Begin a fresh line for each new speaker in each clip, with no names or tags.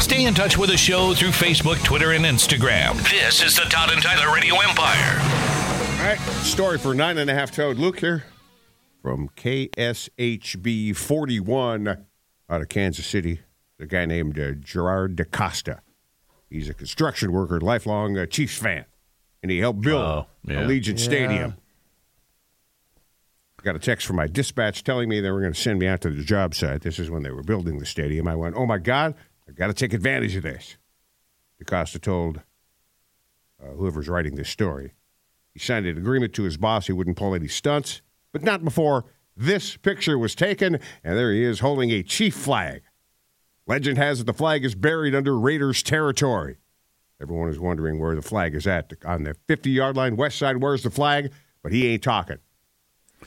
Stay in touch with the show through Facebook, Twitter, and Instagram. This is the Todd and Tyler Radio Empire.
All right, story for nine and a half toad. Luke here from KSHB 41 out of Kansas City. A guy named uh, Gerard DaCosta. He's a construction worker, lifelong uh, Chiefs fan, and he helped build
Oh, yeah.
Allegiant Stadium. Got a text from my dispatch telling me they were going to send me out to the job site. This is when they were building the stadium. I went, oh my God, I got to take advantage of this. DaCosta told uh, whoever's writing this story. He signed an agreement to his boss he wouldn't pull any stunts, but not before this picture was taken, and there he is holding a chief flag. Legend has it the flag is buried under Raiders territory. Everyone is wondering where the flag is at. On the 50 yard line, west side, where's the flag? But he ain't talking.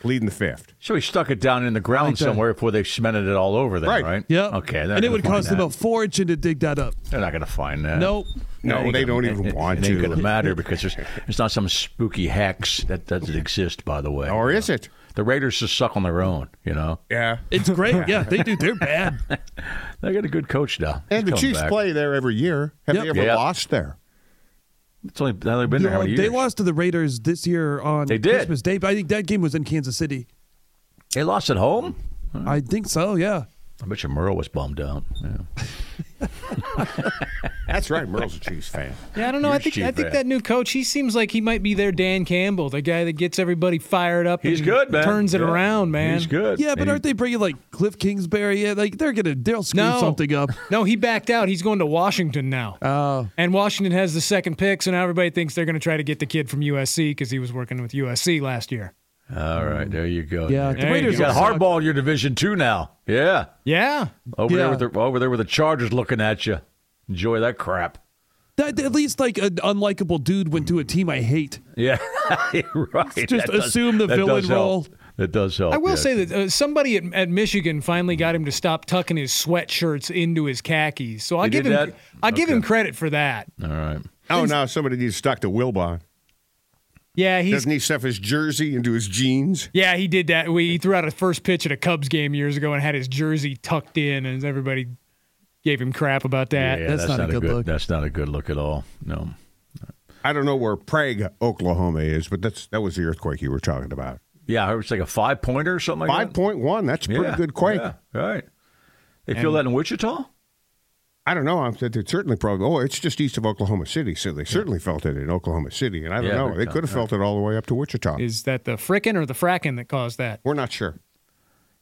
Pleading the fifth.
So he stuck it down in the ground
that.
somewhere before they cemented it all over there,
Right.
right?
Yep.
Okay. they're
And it
gonna
would
find
cost
that.
them a fortune to dig that up.
They're not going to find that.
Nope.
No,
It ain't
Oh, they
gonna-
don't even
it-
want
it ain't
to.
going to matter because there's it's not some spooky hex that doesn't exist, by the way.
Or is it?
The Raiders just suck on their own, you know?
Yeah.
It's great. Yeah, they do. They're bad.
They got a good coach now. He's
And the
coming
Chiefs
back.
play there every year. Have
Yep.
they ever
Yeah.
lost there?
It's only now they've been there how
Uh,
many years?
they lost to the Raiders this year on
They did.
Christmas Day, but I think that game was in Kansas City.
They lost at home.
I think so. Yeah.
I bet you Merle was bummed out. Yeah.
That's right. Merle's a Chiefs fan.
Yeah, I don't know. I
Huge
think I
Chief
think
fan.
that new coach, he seems like he might be their Dan Campbell, the guy that gets everybody fired up.
He's
and
good, man.
Turns it
Yeah.
around, man.
He's good.
Yeah, but
And he-
aren't they bringing like Cliff Kingsbury? Yeah, like they're gonna they'll screw
No.
something up.
No, he backed out. He's going to Washington now.
Oh.
and Washington has the second pick, so now everybody thinks they're going to try to get the kid from USC because he was working with USC last year.
All right, there you go.
Yeah,
Nick.
the Raiders
you got
will suck.
hardball in your division two now. Yeah,
Yeah.
over there
Yeah.
with the over there with the Chargers looking at you. Enjoy that crap.
That at least like an unlikable dude went to a team I hate.
Yeah, right.
Just assume the
that
villain
does
role.
help. That does help.
I will
yeah.
say that uh, somebody at, at Michigan finally got him to stop tucking his sweatshirts into his khakis. So I
They
give him
did that?
I give him credit for that.
All right.
Oh, no. Somebody needs to talk to Wilbon.
Yeah, he's
Doesn't he stuff his jersey into his jeans?
Yeah, he did that. We he threw out a first pitch at a Cubs game years ago and had his jersey tucked in, and everybody gave him crap about that.
Yeah,
that's not a good look.
That's not a good look at all. No.
I don't know where Prague, Oklahoma is, but that's that was the earthquake you were talking about.
Yeah, it was like a five pointer or something like
Five
that.
point one. That's a
Yeah,
pretty good quake.
Yeah, right. They feel that in Wichita.
I don't know. I'm they certainly probably. Oh, it's just east of Oklahoma City, so they certainly felt it in Oklahoma City, and I don't
Yeah,
know. They
Wichita,
could have felt it all the way up to Wichita.
Is that the frickin' or the frackin' that caused that?
we're not sure.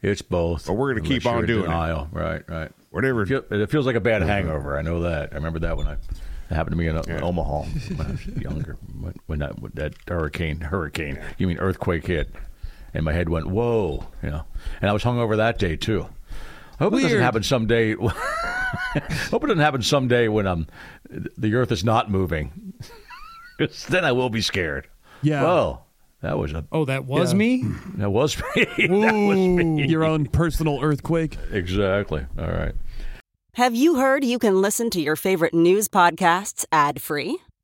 It's both.
But we're gonna
Unless
keep on
you're in
doing it.
denial. Right, right.
Whatever.
It, feel- it feels like a bad hangover. I know that. I remember that when I it happened to me in, uh, Omaha when I was younger. When, when that when that hurricane, hurricane, you mean earthquake hit, and my head went whoa, you know. And I was hungover that day too. I hope it doesn't
Weird.
happen someday. hope it doesn't happen someday when um the Earth is not moving. 'Cause then I will be scared.
Yeah.
Whoa, that was a
Oh, that was
Yeah.
me.
that was me.
Ooh, your own personal earthquake.
exactly. All right.
Have you heard you can listen to your favorite news podcasts ad free?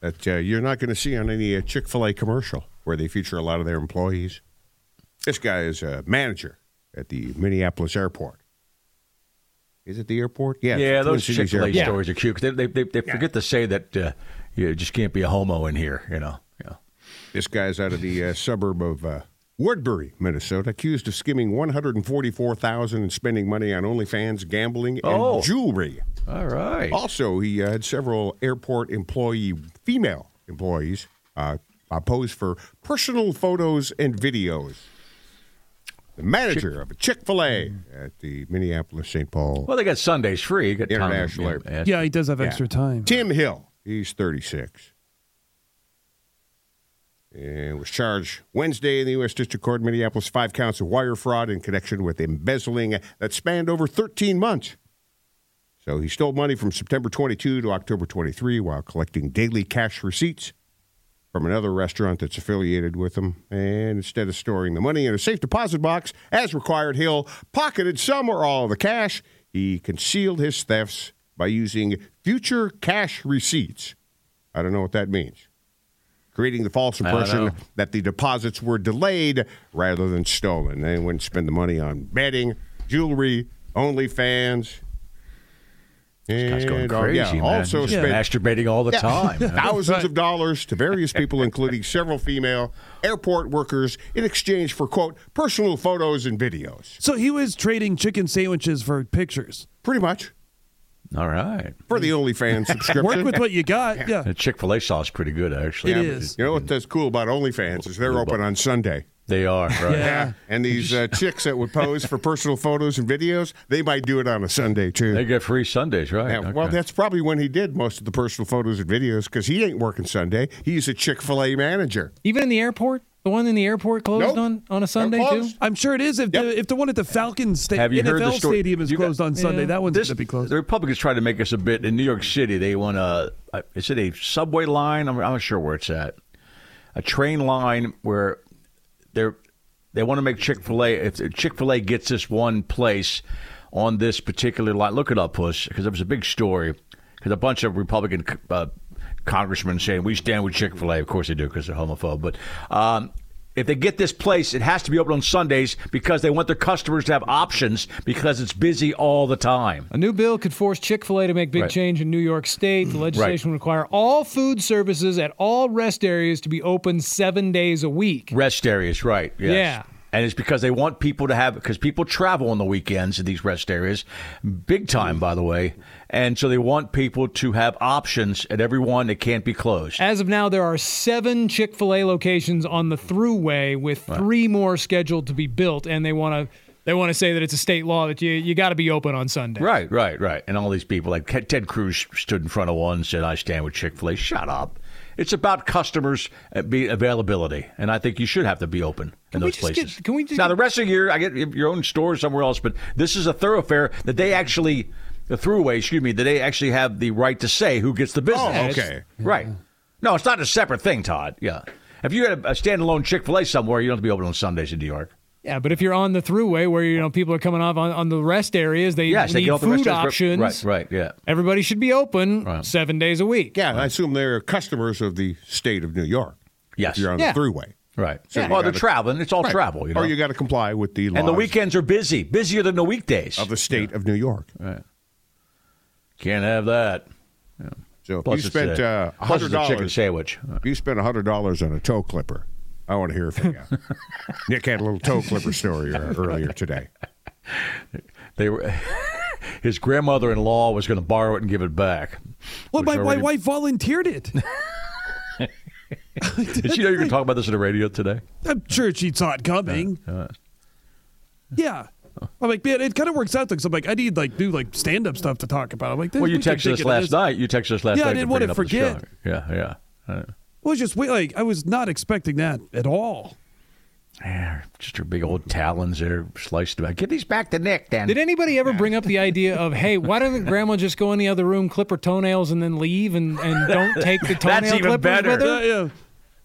that uh, you're not going to see on any uh, Chick fil A commercial where they feature a lot of their employees. This guy is a manager at the Minneapolis airport. Is it the airport? Yeah, it's
Yeah,
Twin
those Chick
Cities
Fil A
Airport.
stories are cute. 'cause They they, they, they forget to say that uh, you just can't be a homo in here. You know. Yeah.
This guy's out of the uh, suburb of uh, Woodbury, Minnesota, accused of skimming 144000 and spending money on OnlyFans, gambling, and
Oh.
jewelry.
All right.
Also, he uh, had several airport employee, female employees, uh, uh, pose for personal photos and videos. The manager of a Chick fil A at the Minneapolis St. Paul
Well, they got Sundays free. You got time to-
International
yeah,
Airport.
yeah,
Yeah, he does have
Yeah.
extra time.
Tim Hill, he's 36, and was charged Wednesday in the U.S. District Court in Minneapolis five counts of wire fraud in connection with embezzling that spanned over 13 months. So he stole money from September 22 to October 23 while collecting daily cash receipts from another restaurant that's affiliated with him. And instead of storing the money in a safe deposit box, as required, Hill pocketed some or all of the cash. He concealed his thefts by using future cash receipts. I don't know what that means. Creating the false impression that the deposits were delayed rather than stolen. They wouldn't spend the money on bedding, jewelry, OnlyFans.
Guy's going
And, uh,
crazy,
yeah,
man.
also
Just
spent
masturbating all the time. man.
thousands of dollars to various people, including several female airport workers, in exchange for, quote, personal photos and videos.
So he was trading chicken sandwiches for pictures.
Pretty much
All right.
for the OnlyFans subscription.
Work with what you got. Yeah.
The Chick Fil A sauce is pretty good, actually.
It is.
you know what that's cool about OnlyFans is they're open on Sunday.
They are. Right?
Yeah.
And these uh, chicks that would pose for personal photos and videos, they might do it on a Sunday, too.
They get free Sundays, right?
Yeah, Well,
Okay.
that's probably when he did most of the personal photos and videos because he ain't working Sunday. He's a Chick fil A manager.
Even in the airport, the one in the airport closed
Nope.
on on a
They're
Sunday too.
closed.
I'm sure it is. If, the, if the one at the Falcons sta-
Have you
NFL
heard the story-
stadium is
you got-
closed on Sunday, that one's going to be closed.
The Republicans tried to make us a bit in New York City. They want a a- is it a subway line? I'm, I'm not sure where it's at. A train line where they're they want to make Chick fil A. If Chick fil A gets this one place on this particular line, look it up, Puss, because it was a big story. Because a bunch of Republican uh, congressmen saying we stand with Chick fil A. Of course they do, because they're homophobe. But um, if they get this place, it has to be open on Sundays because they want their customers to have options because it's busy all the time.
A new bill could force Chick fil A to make big
Right.
change in New York State. The legislation would require all food services at all rest areas to be open seven days a week.
Rest areas, right? Yes.
Yeah.
And it's because they want people to have because people travel on the weekends to these rest areas, big time, by the way. And so they want people to have options at every one that can't be closed.
As of now, there are seven Chick fil A locations on the thruway with three more scheduled to be built, and they want to. They want to say that it's a state law that you you got to be open on Sunday.
Right, right, right. And all these people, like Ted Cruz, stood in front of one and said, "I stand with Chick Fil A." Shut up. It's about customers uh, be availability, and I think you should have to be open in
we
those
just get-
places.
can we just
now
get-
the rest of your I get your own store somewhere else, but this is a thoroughfare that they actually the throughway. Excuse me, that they actually have the right to say who gets the business.
Oh, Yeah, it's- okay.
right. No, it's not a separate thing, Todd. Yeah, if you had a, a standalone Chick Fil A somewhere, you don't have to be open on Sundays in New York.
Yeah, but if you're on the thruway where you know people are coming off on, on the rest areas, they
Yes, they
need
get all the
food
restaurants, but- Right,
options.
right, yeah.
Everybody should be open seven days a week.
Yeah, I assume they're customers of the state of New York.
Yes.
If you're on
Yeah.
the thruway.
Right.
So you
well, they're
gotta-
traveling. It's all
Right.
travel. You know?
Or you got to comply with the laws
And the weekends are busy, busier than the weekdays.
of the state of New York.
Can't have that.
So if
Plus,
you
it's
spent
a,
uh,
plus it's a chicken
$100.
sandwich.
If you spent $100 on a toe clipper, I want to hear from you. Nick had a little toe clipper story uh, earlier today.
They were. His grandmother-in-law was going to borrow it and give it back.
Well, my,
Which already-
my wife volunteered it.
Did you know you were talking about this on the radio today?
I'm sure she saw it coming. yeah. I'm like, man, it kind of works out because I'm like, I need like new like stand up stuff to talk about. I'm like,
Well, you
we can
texted
think
us
of
last
this.
night. You texted us last
Yeah, I
night.
didn't
bring
wanna
it up on the
forget.
show. Yeah, yeah. Uh,
Well, was just we- like I was not expecting that at all.
Yeah, just her big old talons there sliced about. Get these back to Nick, then.
Did anybody ever bring up the idea of, hey, why doesn't grandma just go in the other room, clip her toenails, and then leave and, and don't take the toenail
even
clippers
better.
with
Uh, Yeah,
her?
yeah.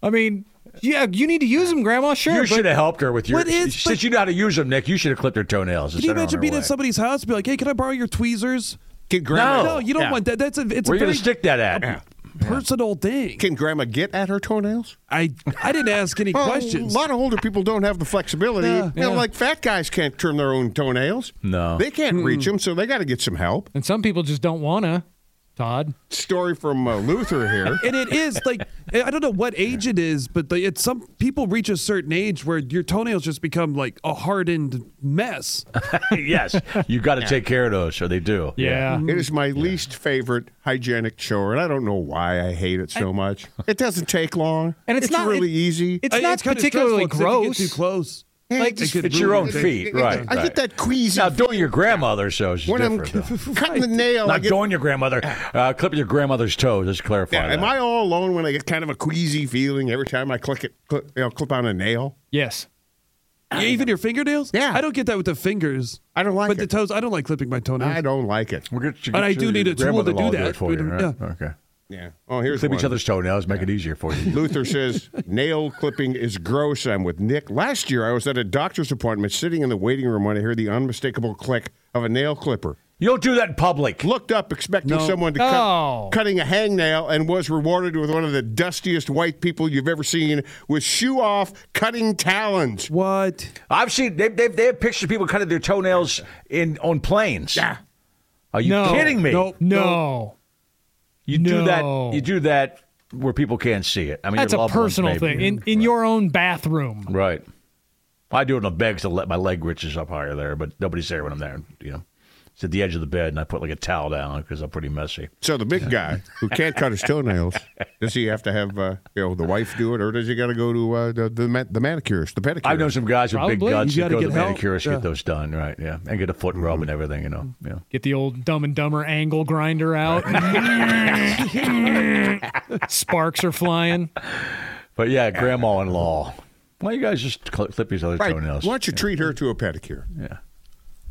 I mean, yeah, you need to use them, grandma, sure.
you
but-
should have helped her with your.
But it's-
since
but-
you know how to use them, Nick, you should have clipped her toenails.
Can you imagine being at somebody's house and be like, "Hey, can I borrow your tweezers?"
Can grandma,
Oh,
no, you don't
yeah.
want that. That's a it's
Where
a
you
very
gonna stick that at?
personal thing.
can grandma get at her toenails?
I I didn't ask any
Oh,
Well,
questions.
A Oh, lot of older people don't have the flexibility.
Yeah.
You know, like fat guys can't trim their own toenails.
No. Hmm.
They can't reach them, so they got to get some help.
And some people just don't want to, Todd.
Story from uh, Luther here.
and it is like I don't know what age it is, but the, it's some people reach a certain age where your toenails just become like a hardened mess.
yes, you got to take care of those, so they do.
Yeah.
It is my least favorite hygienic chore, and I don't know why I hate it so much. It doesn't take long,
And it's not-
really
it-
easy.
It's
I-
not
kinda
particularly
stressful
gross.
If they get too close.
Like,
It could
It's your
ruin
own
it.
feet, right?
I
right.
get that queasy.
Now, doing your grandmother, so it's
when I'm
different. though.
cutting the nail, I
Not
get,
doing your grandmother, uh, clipping your grandmother's toes. Let's clarify.
Yeah,
that.
am I all alone when I get kind of a queasy feeling every time I click it, clip, you know, clip on a nail?
Yes.
Yeah, even your fingernails?
Yeah.
I don't get that with the fingers.
I don't like
but the
it.
toes, I don't like clipping my toenails.
I don't like it.
We'll get you-
And I
get
do
your
need a tool to do
grandmother-in-law
that.
it for you,
We
right?
don't- yeah.
Okay.
Yeah. Oh, here's
Clip each
one.
other's toenails, make it easier for you.
Luther says nail clipping is gross. I'm with Nick. Last year, I was at a doctor's appointment, sitting in the waiting room when I heard the unmistakable click of a nail clipper.
You don't do that in public.
Looked up, expecting someone to cut,
Oh.
cutting a hangnail, and was rewarded with one of the dustiest white people you've ever seen, with shoe off, cutting talons.
What?
I've seen they they they have pictures of people cutting their toenails in on planes. Yeah. Are you
No.
kidding me?
Nope.
No.
You do
No.
that. You do that where people can't see it. I mean,
That's
your
a
loved ones
personal
may-
thing. In, in your own bathroom.
right. I do it on the bed 'cause I let my leg reaches up higher there, but nobody's there when I'm there. You know, it's at the edge of the bed, and I put like a towel down because I'm pretty messy.
So the big guy who can't cut his toenails, does he have to have uh, you know the wife do it, or does he got to go to uh, the the, ma- the manicurist, the pedicurist?
I've known some guys with big
Probably.
guts
You
who
gotta
go to
get
the
help.
manicurist
Yeah. Mm-hmm.
get those done, right? Yeah, and get a foot rub and everything. You know, yeah.
Get the old dumb and dumber angle grinder out. Sparks are flying.
But yeah, grandma-in-law. Why you guys just cl- clip each other's
Right. Why
toenails?
don't you treat her to a pedicure?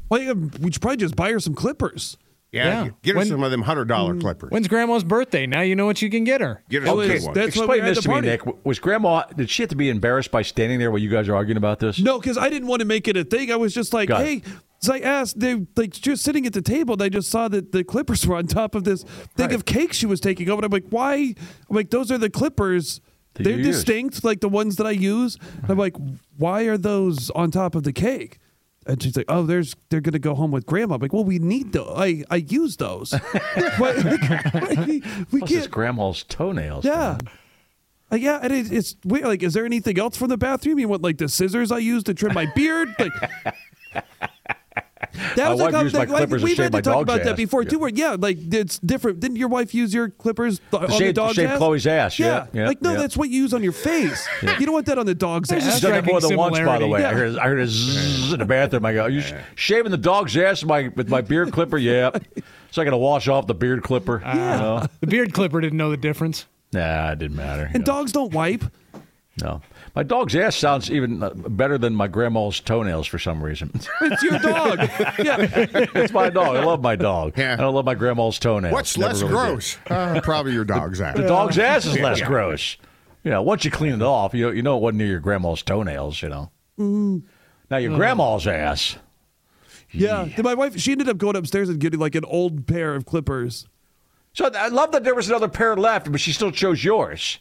Well, yeah, we should probably just buy her some clippers.
Yeah,
Yeah.
get her
When-
some of them hundred dollar clippers.
When's grandma's birthday? Now you know what you can get her.
get her
Oh,
some
it's-
big ones.
that's- why we
Explain
had
this
the
to me,
party.
Nick. W- Was Grandma? Did she have to be embarrassed by standing there while you guys are arguing about this?
No, because I didn't want to make it a thing. I was just like,
Got
hey,
it.
so I asked, they like just sitting at the table, and I just saw that the clippers were on top of this thing of cake she was taking over. And I'm like, why? I'm like, those are the clippers.
That
They're
you use.
distinct, like the ones that I use. And I'm like, why are those on top of the cake? And she's like, "Oh, there's they're gonna go home with grandma." I'm like, "Well, we need those. I I use those. But- we
Plus, it's
can't.
Grandma's toenails.
Yeah. Uh, yeah, and it, it's weird. Like, is there anything else from the bathroom? You want like the scissors I use to trim my beard? Like, that
wife
how-
used my clippers to
we've
shave
had
my
to talk
dog's
about that
ass.
before
Yeah.
too. Where yeah, like it's different. Didn't your wife use your clippers th- on the
shave-
dog's
shave
ass?
Chloe's ass, yeah, yeah,
like no,
yeah.
that's what you use on your face. You don't want that on the dog's
There's a
ass.
She's done that more than
Striking
once, by the
similarity.
way. I,
Yeah.
heard, I heard a zzz in the bathroom. I go, "Are you sh- shaving the dog's ass with my, with my beard clipper?" Yeah. So I got to wash off the beard clipper. Yeah.
The beard clipper didn't know the difference.
Nah, it didn't matter.
And
you
dogs don't wipe.
know. no, my dog's ass sounds even uh, better than my grandma's toenails for some reason.
It's your dog. yeah.
it's my dog. I love my dog.
Yeah.
I don't love my grandma's toenails.
What's
Never
less
really did.
gross? Uh, probably your dog's ass.
The dog's ass is less gross. You know, once you clean it off, you know, you know it wasn't near your grandma's toenails, you know. Now your grandma's ass.
Yeah. Then my wife, she ended up going upstairs and getting like an old pair of clippers.
So I love that there was another pair left, but she still chose yours.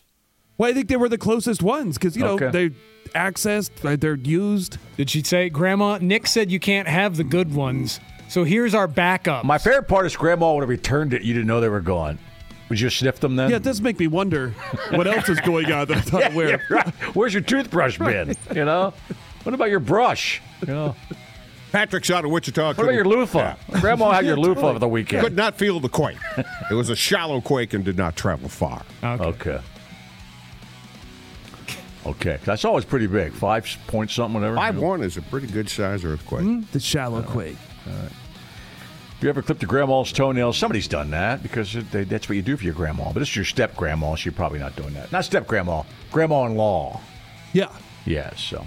Well, I think they were the closest ones because you know
Okay.
they're accessed, like, they're used.
Did she say, Grandma, Nick said you can't have the good ones, so here's our backup.
My favorite part is grandma would have returned it. You didn't know they were gone. Would you sniff them then?
Yeah, it does make me wonder what else is going on that I'm not aware.
Yeah,
of.
right. Where's your toothbrush been? You know. What about your brush? You know?
Patrick's out of Wichita.
What about your loofah? Grandma had your loofah over the
Could
weekend.
not feel the quake. It was a shallow quake and did not travel far.
Okay. Okay. I saw it was pretty big. Five point something, whatever.
Hmm?
Five one is a pretty good size earthquake.
The shallow quake.
you ever clipped your grandma's toenails? Somebody's done that because it- they, that's what you do for your grandma. But this is your step grandma, so you're probably not doing that. Not step grandma, grandma in law.
Yeah.
Yeah, so.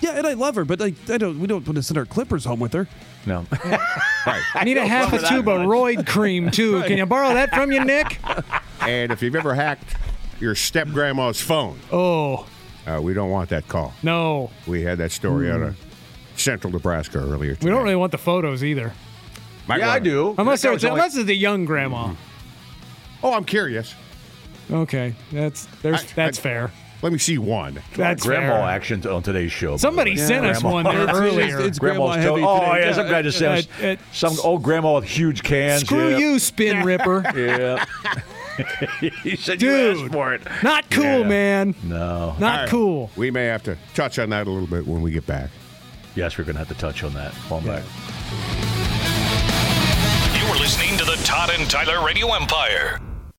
Yeah, and I love her, but like I don't. We don't want to send our clippers home with her.
No.
I need a half a tube of Roid cream too. Can you borrow that from you, Nick?
And if you've ever hacked your step grandma's phone,
Oh
uh, we don't want that call.
no,
We had that story out of Central Nebraska earlier. Today.
Hmm. we don't really want the photos either.
Might
yeah, I
wanna-
do.
Unless
That
they're,
was only- Hmm.
unless it's the young grandma.
Oh, I'm curious.
Okay, that's there's
I-
that's
I-
fair.
Let me see one.
That's
grandma
fair.
actions on today's show. by the
Somebody
way.
sent us one there
It's-
earlier.
It's, it's grandma
Grandma's toe.
heavy
Oh,
today.
yeah, some guy just sent us
Uh, uh,
some old grandma with huge cans.
Screw
yeah.
you, spin ripper.
Yeah. he said you
Dude.
asked for it.
Not cool,
Yeah.
man.
No.
Not cool.
We may have to touch on that a little bit when we get back.
Yes, we're going to have to touch on that. Fall back.
You are listening to the Todd and Tyler Radio Empire.